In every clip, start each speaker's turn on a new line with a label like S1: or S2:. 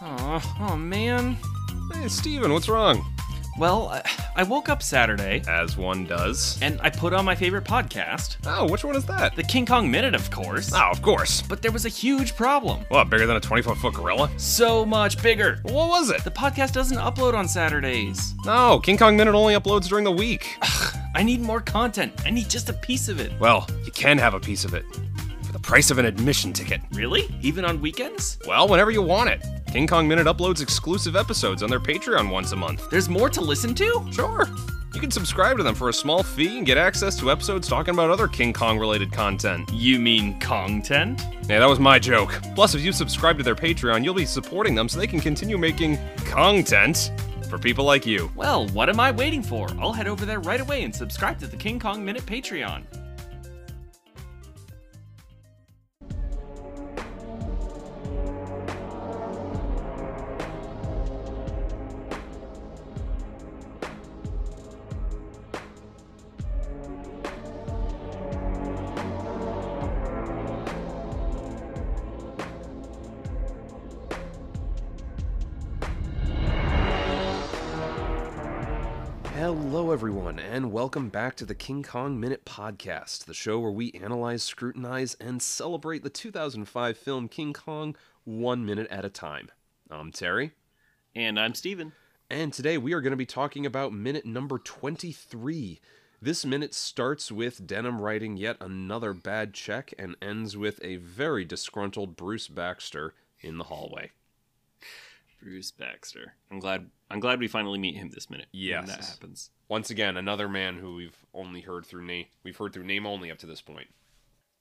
S1: Aw, oh man.
S2: Hey, Eh, Steven, what's wrong?
S1: Well, I- I woke up Saturday
S2: As one does.
S1: and I put on my favorite podcast,
S2: Oh, which one is that?
S1: the King Kong Minute, of course.
S2: Oh, of course.
S1: But there was a huge problem.
S2: What, bigger than a 24 foot gorilla?
S1: So much bigger.
S2: What was it?
S1: The podcast doesn't upload on Saturdays.
S2: No, King Kong Minute only uploads during the week.
S1: I need more content. I need just a piece of it.
S2: Well, you can have a piece of it for the price of an admission ticket.
S1: Really? Even on weekends?
S2: Well, whenever you want it. King Kong Minute uploads exclusive episodes on their Patreon once a month.
S1: There's more to listen to?
S2: Sure. You can subscribe to them for a small fee and get access to episodes talking about other King Kong related content.
S1: You mean content?
S2: Yeah, that was my joke. Plus, if you subscribe to their Patreon, you'll be supporting them so they can continue making content for people like you.
S1: Well, what am I waiting for? I'll head over there right away and subscribe to the King Kong Minute Patreon.
S2: Hello, everyone, and welcome back to the King Kong Minute Podcast, the show where we analyze, scrutinize, and celebrate the 2005 film King Kong one minute at a time. I'm Terry,
S1: And I'm Steven.
S2: and today we are going to be talking about minute number 23. This minute starts with Denham writing yet another bad check and ends with a very disgruntled Bruce Baxter in the hallway.
S1: Bruce Baxter. I'm glad I'm glad we finally meet him this minute. when
S2: Yes.
S1: that happens.
S2: Once again, another man who we've only heard through name. We've heard through name only up to this point.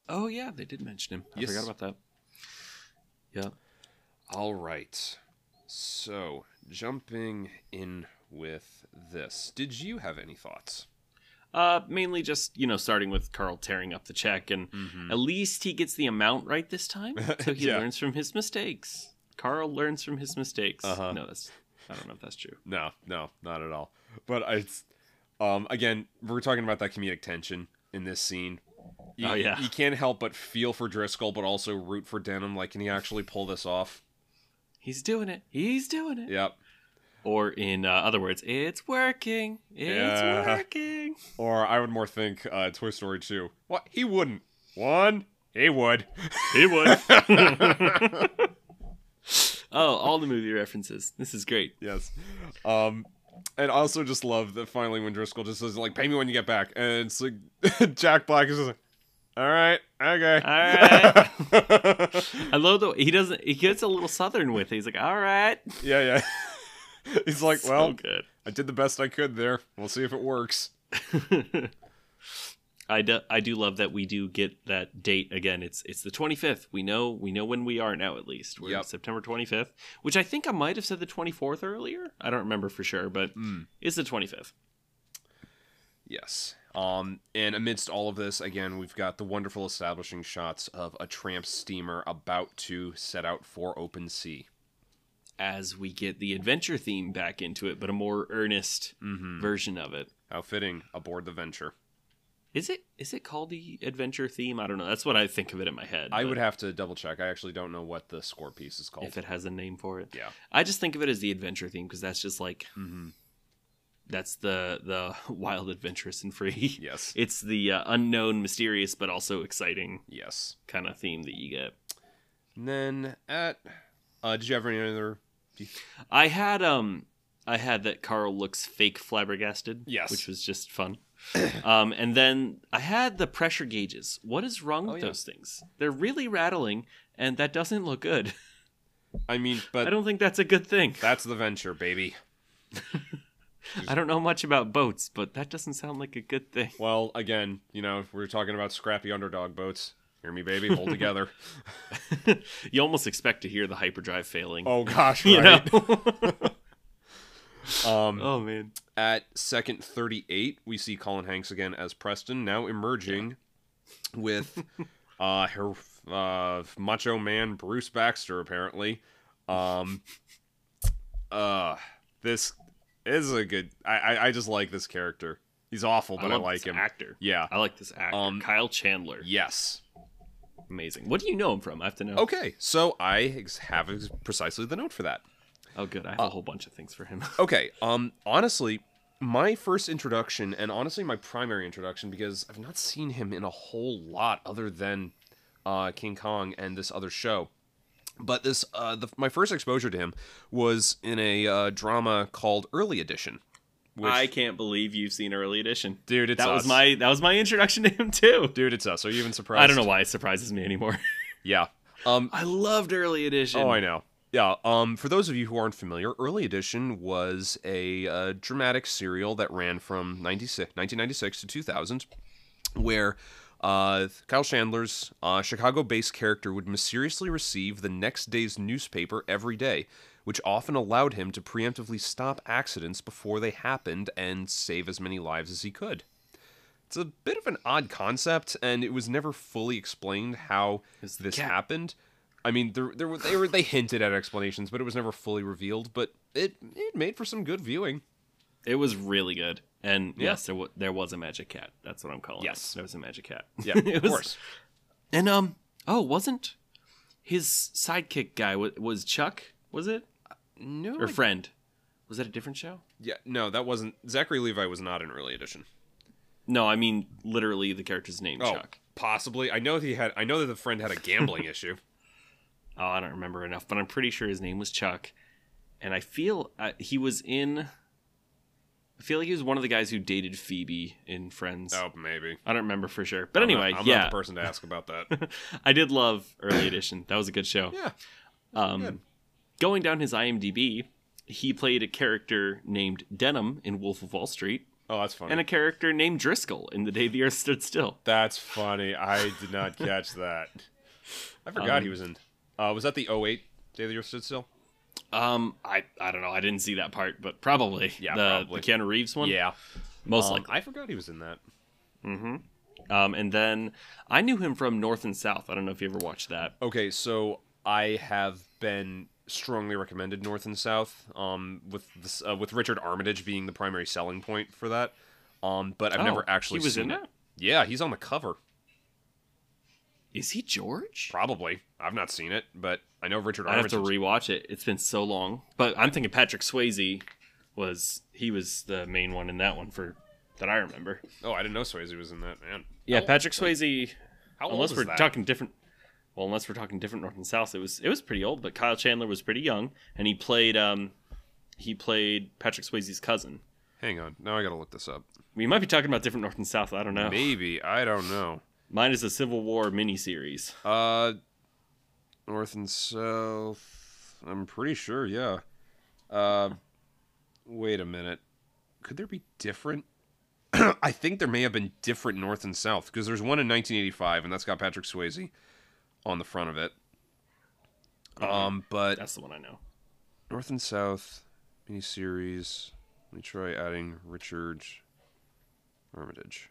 S1: Oh yeah, they did mention him. I
S2: Yes.
S1: forgot about that. Yeah.
S2: All right. So, jumping in with this, did you have any thoughts?
S1: Uh, mainly just you know starting with Carl tearing up the check, and at least he gets the amount right this time, so he
S2: Yeah.
S1: learns from his mistakes. Carl learns from his mistakes.
S2: Uh-huh.
S1: No, that's I don't know if that's true.
S2: No, no, not at all. But I, it's, um, again, we're talking about that comedic tension in this scene. You,
S1: Oh, yeah.
S2: You can't help but feel for Driscoll, but also root for Denim. Like, can he actually pull this off?
S1: He's doing it. He's doing it.
S2: Yep.
S1: Or in uh, other words, it's working. It's
S2: Yeah.
S1: working.
S2: Or I would more think uh, Toy Story 2. What? He wouldn't. One, he would.
S1: He would. oh, all the movie references. This is great.
S2: Yes. Um and I also just love that finally when Driscoll just says like pay me when you get back and it's like Jack Black is just like all right, okay.
S1: All right. I love the he doesn't. He gets a little southern with it. He's like, "All right,
S2: yeah, yeah. He's like,
S1: so
S2: "Well,
S1: good."
S2: I did the best I could there. We'll see if it works."
S1: I do, I do love that we do get that date again. It's it's the 25th. We know we know when we are now at least. We're
S2: Yep.
S1: September 25th, which I think I might have said the 24th earlier. I don't remember for sure, but
S2: Mm.
S1: it's the 25th.
S2: Yes. Um, and amidst all of this, again, we've got the wonderful establishing shots of a tramp steamer about to set out for open sea.
S1: As we get the adventure theme back into it, but a more earnest
S2: Mm. Mm-hmm.
S1: version of it.
S2: How fitting aboard the Venture.
S1: Is it is it called the adventure theme? I don't know. That's what I think of it in my head.
S2: I
S1: but
S2: would have to double check. I actually don't know what the score piece is called.
S1: if it has a name for it.
S2: Yeah.
S1: I just think of it as the adventure theme because that's just like that's the the wild, adventurous, and free.
S2: Yes.
S1: it's the uh, unknown, mysterious, but also exciting
S2: Yes.
S1: kind of theme that you get.
S2: And then at uh did you have any other
S1: I had um I had that Carl looks fake flabbergasted.
S2: Yes.
S1: which was just fun. um, and then I had the pressure gauges. What is wrong with
S2: Oh, yeah.
S1: those things? They're really rattling, and that doesn't look good.
S2: I mean,
S1: I
S2: but
S1: don't think that's a good thing.
S2: that's the venture, baby.
S1: I don't know much about boats, but that doesn't sound like a good thing.
S2: Well, again, you know, if we're talking about scrappy underdog boats. Hear me, baby, hold together.
S1: you almost expect to hear the hyperdrive failing.
S2: Oh gosh,
S1: you
S2: right.
S1: know?
S2: Um
S1: oh man.
S2: at second 38, we see Colin Hanks again as Preston, now emerging with uh her uh macho man Bruce Baxter apparently. Um uh this is a good I I, I just like this character. He's awful, but I,
S1: love
S2: like
S1: this
S2: him.
S1: Actor.
S2: Yeah.
S1: I like this actor.
S2: Um,
S1: Kyle Chandler.
S2: Yes.
S1: Amazing. What do you know him from? I have to know.
S2: Okay, so I ex- have ex- precisely the note for that.
S1: Oh, good. I have a whole bunch of things for him.
S2: Okay, um, honestly, my first introduction, and honestly my primary introduction, because I've not seen him in a whole lot other than uh, King Kong and this other show. But this, uh, the, my first exposure to him was in a uh, drama called Early Edition. Which,
S1: I can't believe you've seen Early Edition.
S2: dude, it's
S1: that
S2: us.
S1: was my that was my introduction to him too.
S2: dude, it's us. Are you even surprised?
S1: I don't know why it surprises me anymore.
S2: Yeah. Um,
S1: I loved Early Edition.
S2: Oh, I know. Yeah. Um, for those of you who aren't familiar, Early Edition was a uh, dramatic serial that ran from 96, 1996 to 2000, where uh, Kyle Chandler's uh, Chicago based character would mysteriously receive the next day's newspaper every day, which often allowed him to preemptively stop accidents before they happened and save as many lives as he could. It's a bit of an odd concept, and it was never fully explained how
S1: It's the
S2: this
S1: cat.
S2: happened. I mean, there, there were, they were they hinted at explanations, but it was never fully revealed. But it it made for some good viewing.
S1: It was really good. And
S2: Yeah.
S1: yes, there, w- there was a magic cat. That's what I'm calling
S2: Yes.
S1: it. There was a magic cat.
S2: Yeah,
S1: It
S2: of
S1: was-
S2: course.
S1: And um, oh, wasn't his sidekick guy was, was Chuck? Was it
S2: No,
S1: or
S2: I-
S1: friend? Was that a different show?
S2: yeah, no, that wasn't Zachary Levi was not an early edition.
S1: No, I mean literally the character's name
S2: Oh,
S1: Chuck.
S2: possibly. I know he had. I know that the friend had a gambling issue.
S1: Oh, I don't remember enough, but I'm pretty sure his name was Chuck. And I feel uh, he was in. I feel like he was one of the guys who dated Phoebe in Friends.
S2: Oh, maybe.
S1: I don't remember for sure, but
S2: I'm not-
S1: anyway,
S2: I'm
S1: yeah,
S2: not the person to ask about that.
S1: I did love Early Edition. That was a good show.
S2: yeah.
S1: Um,
S2: Good.
S1: Going down his IMDb, he played a character named Denim in Wolf of Wall Street
S2: Oh, that's funny.
S1: and a character named Driscoll in The Day the Earth Stood Still.
S2: That's funny. I did not catch that. I forgot
S1: Um,
S2: he was in. Uh, was that the 08 Day the Earth Stood Still?
S1: Um, I, I don't know. I didn't see that part, but probably.
S2: Yeah,
S1: the,
S2: probably.
S1: The Keanu Reeves one?
S2: Yeah.
S1: Most
S2: Um,
S1: likely.
S2: I forgot he was in that.
S1: Um, and then I knew him from North and South. I don't know if you ever watched that.
S2: Okay, so I have been strongly recommended North and South, um, with this, uh, with Richard Armitage being the primary selling point for that. Um, but I've
S1: Oh,
S2: never actually
S1: he was
S2: seen
S1: in
S2: it.
S1: that?
S2: Yeah, he's on the cover.
S1: Is he George?
S2: Probably. I've not seen it, but I know Richard
S1: I'd have
S2: Armitage.
S1: to rewatch it. It's been so long. But I'm thinking Patrick Swayze was he was the main one in that one for that I remember.
S2: oh, I didn't know Swayze was in that. Man,
S1: Yeah, Patrick Swayze
S2: how old
S1: unless
S2: is
S1: we're
S2: that?
S1: talking different well unless we're talking different north and south it was it was pretty old but kyle chandler was pretty young and he played um he played patrick swayze's cousin
S2: Hang on, now I gotta look this up.
S1: we might be talking about different north and south i don't know
S2: Maybe I don't know.
S1: mine is a civil war miniseries
S2: Uh, north and south. I'm pretty sure. Yeah. Uh, wait a minute. Could there be different? I think there may have been different north and south because there's one in 1985, and that's got Patrick Swayze on the front of it. Um, but
S1: that's the one i know
S2: north and south miniseries. Let me try adding Richard Armitage.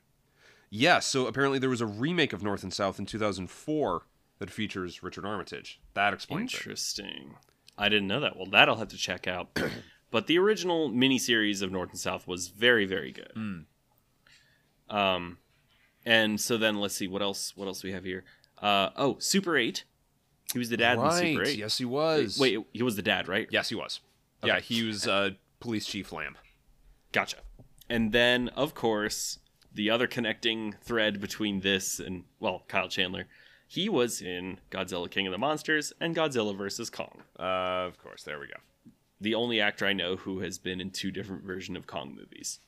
S2: Yeah, so apparently there was a remake of North and South in 2004 that features Richard Armitage. That explains it.
S1: interesting i didn't know that well that'll have to check out but the original miniseries of north and south was very very good um and so then let's see what else what else we have here uh oh super eight he was the dad in super eight
S2: Yes, he was.
S1: Wait, he was the dad, right?
S2: Yes, he was. Yeah, he was uh, Police Chief Lamb.
S1: Gotcha. And then, of course, the other connecting thread between this and, well, Kyle Chandler, he was in Godzilla King of the Monsters and Godzilla vs. Kong.
S2: Uh, of course. There we go.
S1: The only actor I know who has been in two different versions of Kong movies.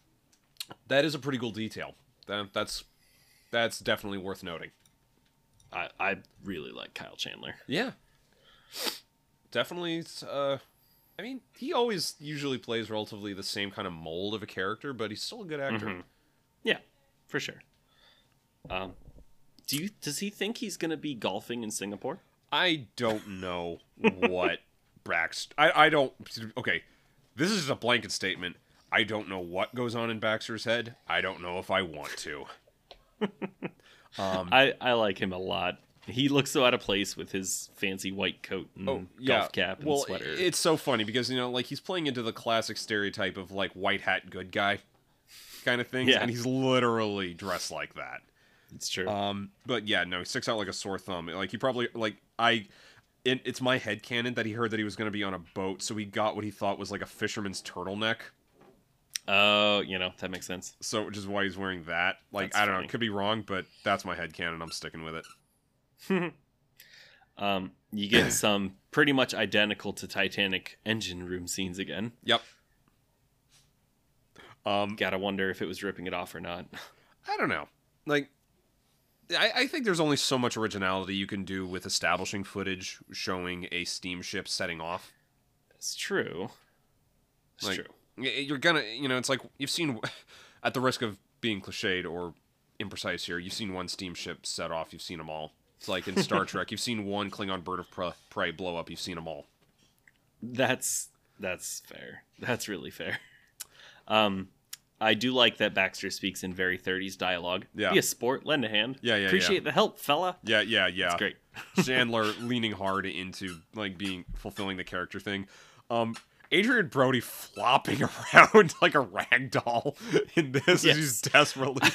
S2: That is a pretty cool detail. That, that's that's definitely worth noting.
S1: I, I really like Kyle Chandler.
S2: Yeah. Definitely. it's, Uh, I mean, he always usually plays relatively the same kind of mold of a character, but he's still a good actor.
S1: Yeah, for sure. Um, do you does he think he's gonna be golfing in Singapore?
S2: I don't know what Baxter. I, I don't. Okay. This is just a blanket statement. I don't know what goes on in Baxter's head. I don't know if I want to. Um,
S1: I, I like him a lot. He looks so out of place with his fancy white coat and golf cap and
S2: Oh, well,
S1: sweater.
S2: It's so funny because you know, like he's playing into the classic stereotype of like white hat good guy kind of thing,
S1: Yeah.
S2: and he's literally dressed like that.
S1: It's true.
S2: Um, but yeah, no, he sticks out like a sore thumb. Like he probably like I, it, it's my head canon that he heard that he was going to be on a boat, so he got what he thought was like a fisherman's turtleneck.
S1: Oh, you know that makes sense.
S2: So which is why he's wearing that. Like
S1: That's
S2: I don't know,
S1: funny.
S2: it could be wrong, but that's my head canon. I'm sticking with it.
S1: Um, you get some pretty much identical to Titanic engine room scenes again.
S2: Yep. Um,
S1: Gotta wonder if it was ripping it off or not.
S2: I don't know. Like, I, I think there's only so much originality you can do with establishing footage showing a steamship setting off.
S1: It's true. It's
S2: Like,
S1: true.
S2: Y- You're gonna, you know, it's like you've seen, at the risk of being cliched or imprecise here, you've seen one steamship set off, you've seen them all. It's like in Star Trek, you've seen one Klingon bird of pre- prey blow up, you've seen them all.
S1: That's that's fair. That's really fair. Um, I do like that Baxter speaks in very 30s dialogue.
S2: Yeah.
S1: Be a sport, lend a hand.
S2: Yeah, yeah, yeah.
S1: Appreciate the help, fella.
S2: Yeah, yeah, yeah.
S1: It's great.
S2: Chandler leaning hard into like being fulfilling the character thing. Um Adrian Brody flopping around like a rag doll in
S1: Yes.
S2: this as he's desperately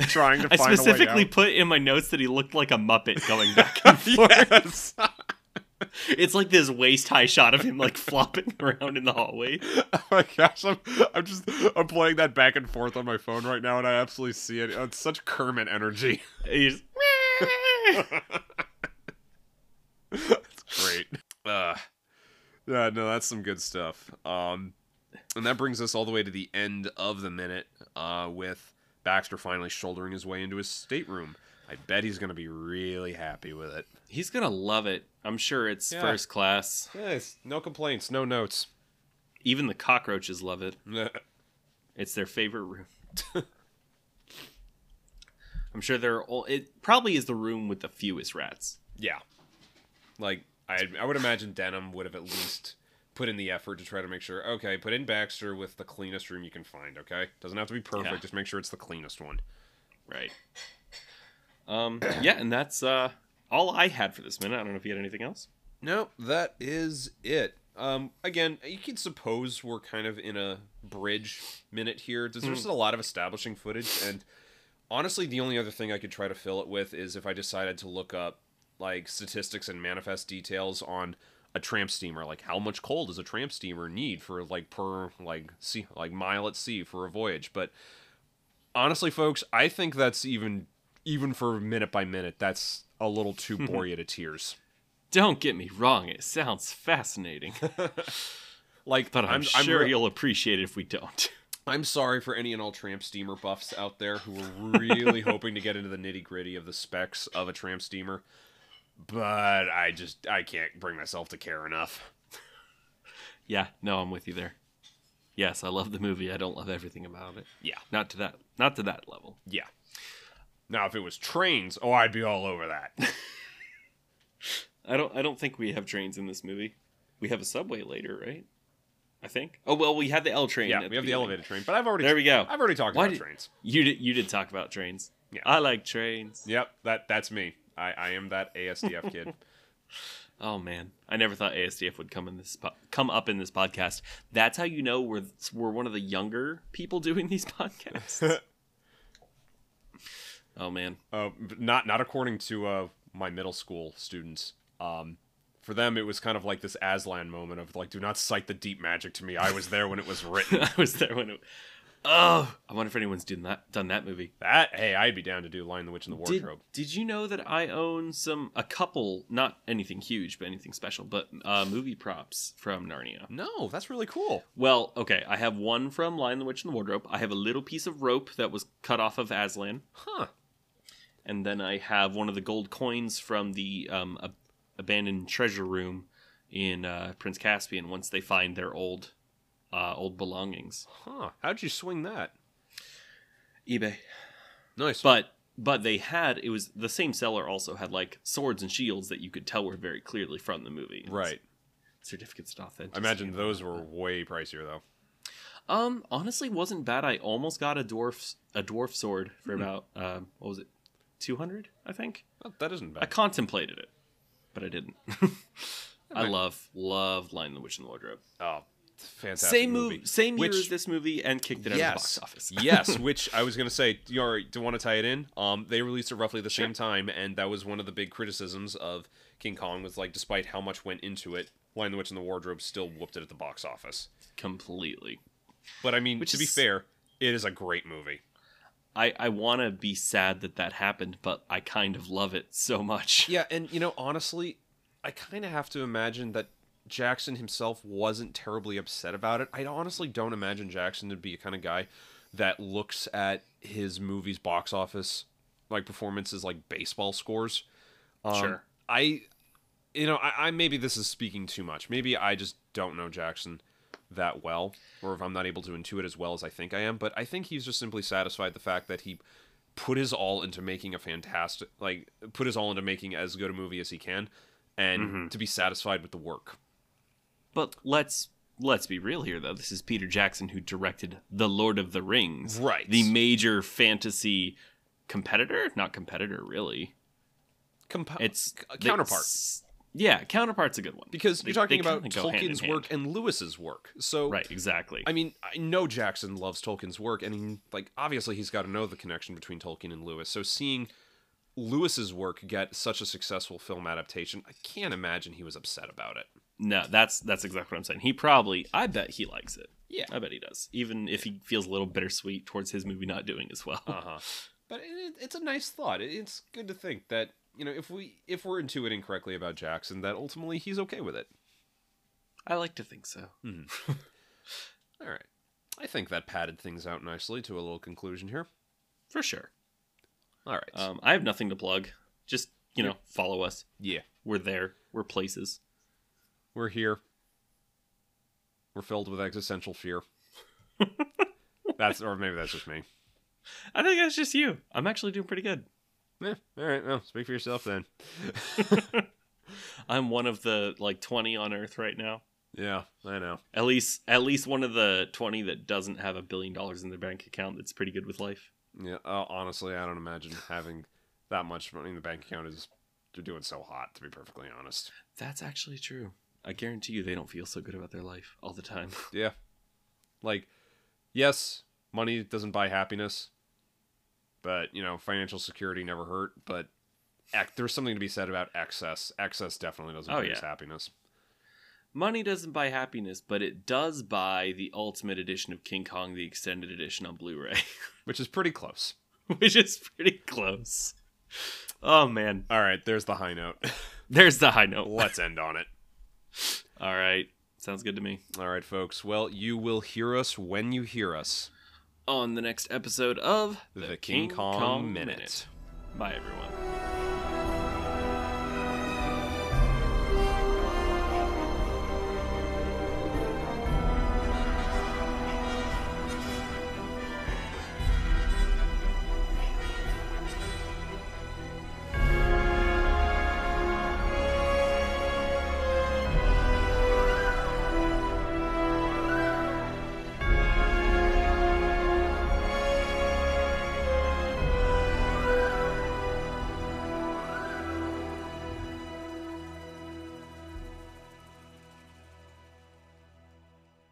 S2: trying to
S1: I
S2: find
S1: specifically
S2: a way
S1: put in my notes that he looked like a Muppet going back and forth.
S2: out. Yes.
S1: It's like this waist high shot of him like flopping around in the hallway.
S2: oh my gosh, I'm, I'm just I'm playing that back and forth on my phone right now and I absolutely see it. It's such Kermit energy.
S1: He's
S2: It's great. Uh, yeah, no, that's some good stuff. Um, and that brings us all the way to the end of the minute uh, with Baxter finally shouldering his way into his stateroom. I bet he's going to be really happy with it.
S1: he's gonna love it. I'm sure it's
S2: Yeah.
S1: first class.
S2: Yes, no complaints, no notes.
S1: Even the cockroaches love it. It's their favorite room. I'm sure there are. All, it probably is the room with the fewest rats.
S2: yeah. Like, I, I would imagine Denham would have at least put in the effort to try to make sure, okay, put in Baxter with the cleanest room you can find, okay? Doesn't have to be perfect,
S1: Yeah.
S2: just make sure it's the cleanest one.
S1: Right. Um. yeah, and that's uh all I had for this minute. I don't know if you had anything else.
S2: No, that is it. Um, again, you can suppose we're kind of in a bridge minute here. There's just a lot of establishing footage, and honestly, the only other thing I could try to fill it with is if I decided to look up like statistics and manifest details on a tramp steamer, like how much coal does a tramp steamer need for like per like sea like mile at sea for a voyage. But honestly, folks, I think that's even even for minute by minute, that's a little too bore you to tears.
S1: Don't get me wrong. It sounds fascinating,
S2: Like,
S1: but I'm, sure
S2: re-
S1: you'll appreciate it if we don't.
S2: I'm sorry for any and all tramp steamer buffs out there who were really hoping to get into the nitty gritty of the specs of a tramp steamer, but I just I can't bring myself to care enough.
S1: yeah. No, I'm with you there. Yes, I love the movie. I don't love everything about it.
S2: Yeah,
S1: Not to that. Not to that level.
S2: yeah. Now, if it was trains, oh, I'd be all over that.
S1: I don't. I don't think we have trains in this movie. We have a subway later, right? I think. Oh well, we had the L train.
S2: Yeah,
S1: at
S2: we have the
S1: beginning.
S2: elevated train, but I've already
S1: There we go.
S2: I've already talked
S1: Why
S2: about
S1: did-
S2: trains.
S1: You did. You did talk about trains.
S2: Yeah.
S1: I like trains.
S2: Yep, that that's me. I, I am that ASDF kid.
S1: Oh man, I never thought ASDF would come in this po- come up in this podcast. That's how you know we're we're one of the younger people doing these podcasts. oh man,
S2: Uh, b- not not according to uh, my middle school students. Um, for them, it was kind of like this Aslan moment of like, "Do not cite the deep magic to me. I was there when it was written."
S1: I was there when. It, oh, I wonder if anyone's done that done that movie.
S2: that hey, I'd be down to do Lion the Witch in the
S1: Did,
S2: Wardrobe.
S1: did you know that I own some a couple not anything huge but anything special but uh, movie props from Narnia?
S2: No, that's really cool.
S1: Well, okay, I have one from Lion the Witch and the Wardrobe. I have a little piece of rope that was cut off of Aslan,
S2: Huh?
S1: and then I have one of the gold coins from the um, ab- abandoned treasure room in uh, Prince Caspian. Once they find their old uh, old belongings,
S2: Huh? How'd you swing that?
S1: eBay.
S2: Nice.
S1: But but they had it was the same seller also had like swords and shields that you could tell were very clearly from the movie.
S2: right.
S1: certificates and
S2: I
S1: authenticity.
S2: imagine those were way pricier though.
S1: Um, honestly, wasn't bad. I almost got a dwarf a dwarf sword for
S2: Hmm.
S1: about um, what was it, two hundred? I think
S2: Well, Oh, that isn't
S1: I
S2: bad.
S1: contemplated it, but I didn't. I love love Lion the Witch and the Wardrobe.
S2: Oh, fantastic
S1: Same
S2: movie.
S1: move, same
S2: Which-
S1: year as this movie, and kicked it out of the box office.
S2: yes, which I was gonna say. You all right, do want to tie it in? Um, they released it roughly the same time, and that was one of the big criticisms of King Kong was like, despite how much went into it, Lion the Witch and the Wardrobe still whooped it at the box office.
S1: completely.
S2: But I mean,
S1: Which
S2: to be
S1: is-
S2: fair, it is a great movie.
S1: I I want to be sad that that happened, but I kind of love it so much.
S2: Yeah, and you know, honestly, I kind of have to imagine that Jackson himself wasn't terribly upset about it. I honestly don't imagine Jackson to be a kind of guy that looks at his movies box office like performances like baseball scores. Um,
S1: Sure.
S2: I, you know, I, I maybe this is speaking too much. Maybe I just don't know Jackson that well, or if I'm not able to intuit as well as I think I am. But I think he's just simply satisfied the fact that he put his all into making a fantastic, like put his all into making as good a movie as he can, and
S1: Mm-hmm.
S2: to be satisfied with the work.
S1: But let's let's be real here though. This is Peter Jackson who directed The Lord of the Rings.
S2: Right.
S1: The major fantasy competitor, not competitor really.
S2: Compo-
S1: It's
S2: Uh, c- counterpart.
S1: it's- yeah, counterpart's a good one.
S2: because
S1: They-
S2: you're talking
S1: they
S2: about
S1: kinda go hand in
S2: Tolkien's
S1: hand.
S2: work and Lewis's work. So
S1: Right, exactly.
S2: I mean, I know Jackson loves Tolkien's work, and he, like obviously he's got to know the connection between Tolkien and Lewis. So seeing Lewis's work get such a successful film adaptation, I can't imagine he was upset about it.
S1: no, that's that's exactly what I'm saying. He probably I bet he likes it.
S2: Yeah.
S1: I bet he does. Even if he feels a little bittersweet towards his movie not doing as well.
S2: Uh huh. But it, it's a nice thought. It, it's good to think that you know if we if we're intuiting correctly about Jackson, that ultimately he's okay with it.
S1: I like to think so.
S2: All right. I think that padded things out nicely to a little conclusion here.
S1: For sure.
S2: All right.
S1: Um, I have nothing to plug. Just, you know, follow us.
S2: yeah,
S1: We're there. We're places.
S2: we're here. We're filled with existential fear. that's or maybe that's just me.
S1: I think that's just you. I'm actually doing pretty good.
S2: Yeah, Eh, all right. Well, speak for yourself then.
S1: I'm one of the like 20 on Earth right now.
S2: Yeah, I know.
S1: At least, at least one of the 20 that doesn't have a billion dollars in their bank account. That's pretty good with life.
S2: Yeah, uh, honestly, I don't imagine having that much money in the bank account is you're doing so hot. To be perfectly honest.
S1: That's actually true. I guarantee you, they don't feel so good about their life all the time.
S2: Yeah, like yes, money doesn't buy happiness, but you know, financial security never hurt. But ec- there's something to be said about excess. Excess definitely doesn't
S1: Oh,
S2: produce
S1: yeah.
S2: happiness.
S1: Money doesn't buy happiness, but it does buy the ultimate edition of King Kong, the extended edition on Blu-ray,
S2: Which is pretty close.
S1: which is pretty close. Oh man,
S2: All right, there's the high note.
S1: there's the high note.
S2: Let's end on it.
S1: All right. Sounds good to me.
S2: All right, folks. Well, you will hear us when you hear us.
S1: On the next episode of
S2: The King Kong Minute.
S1: Bye, everyone.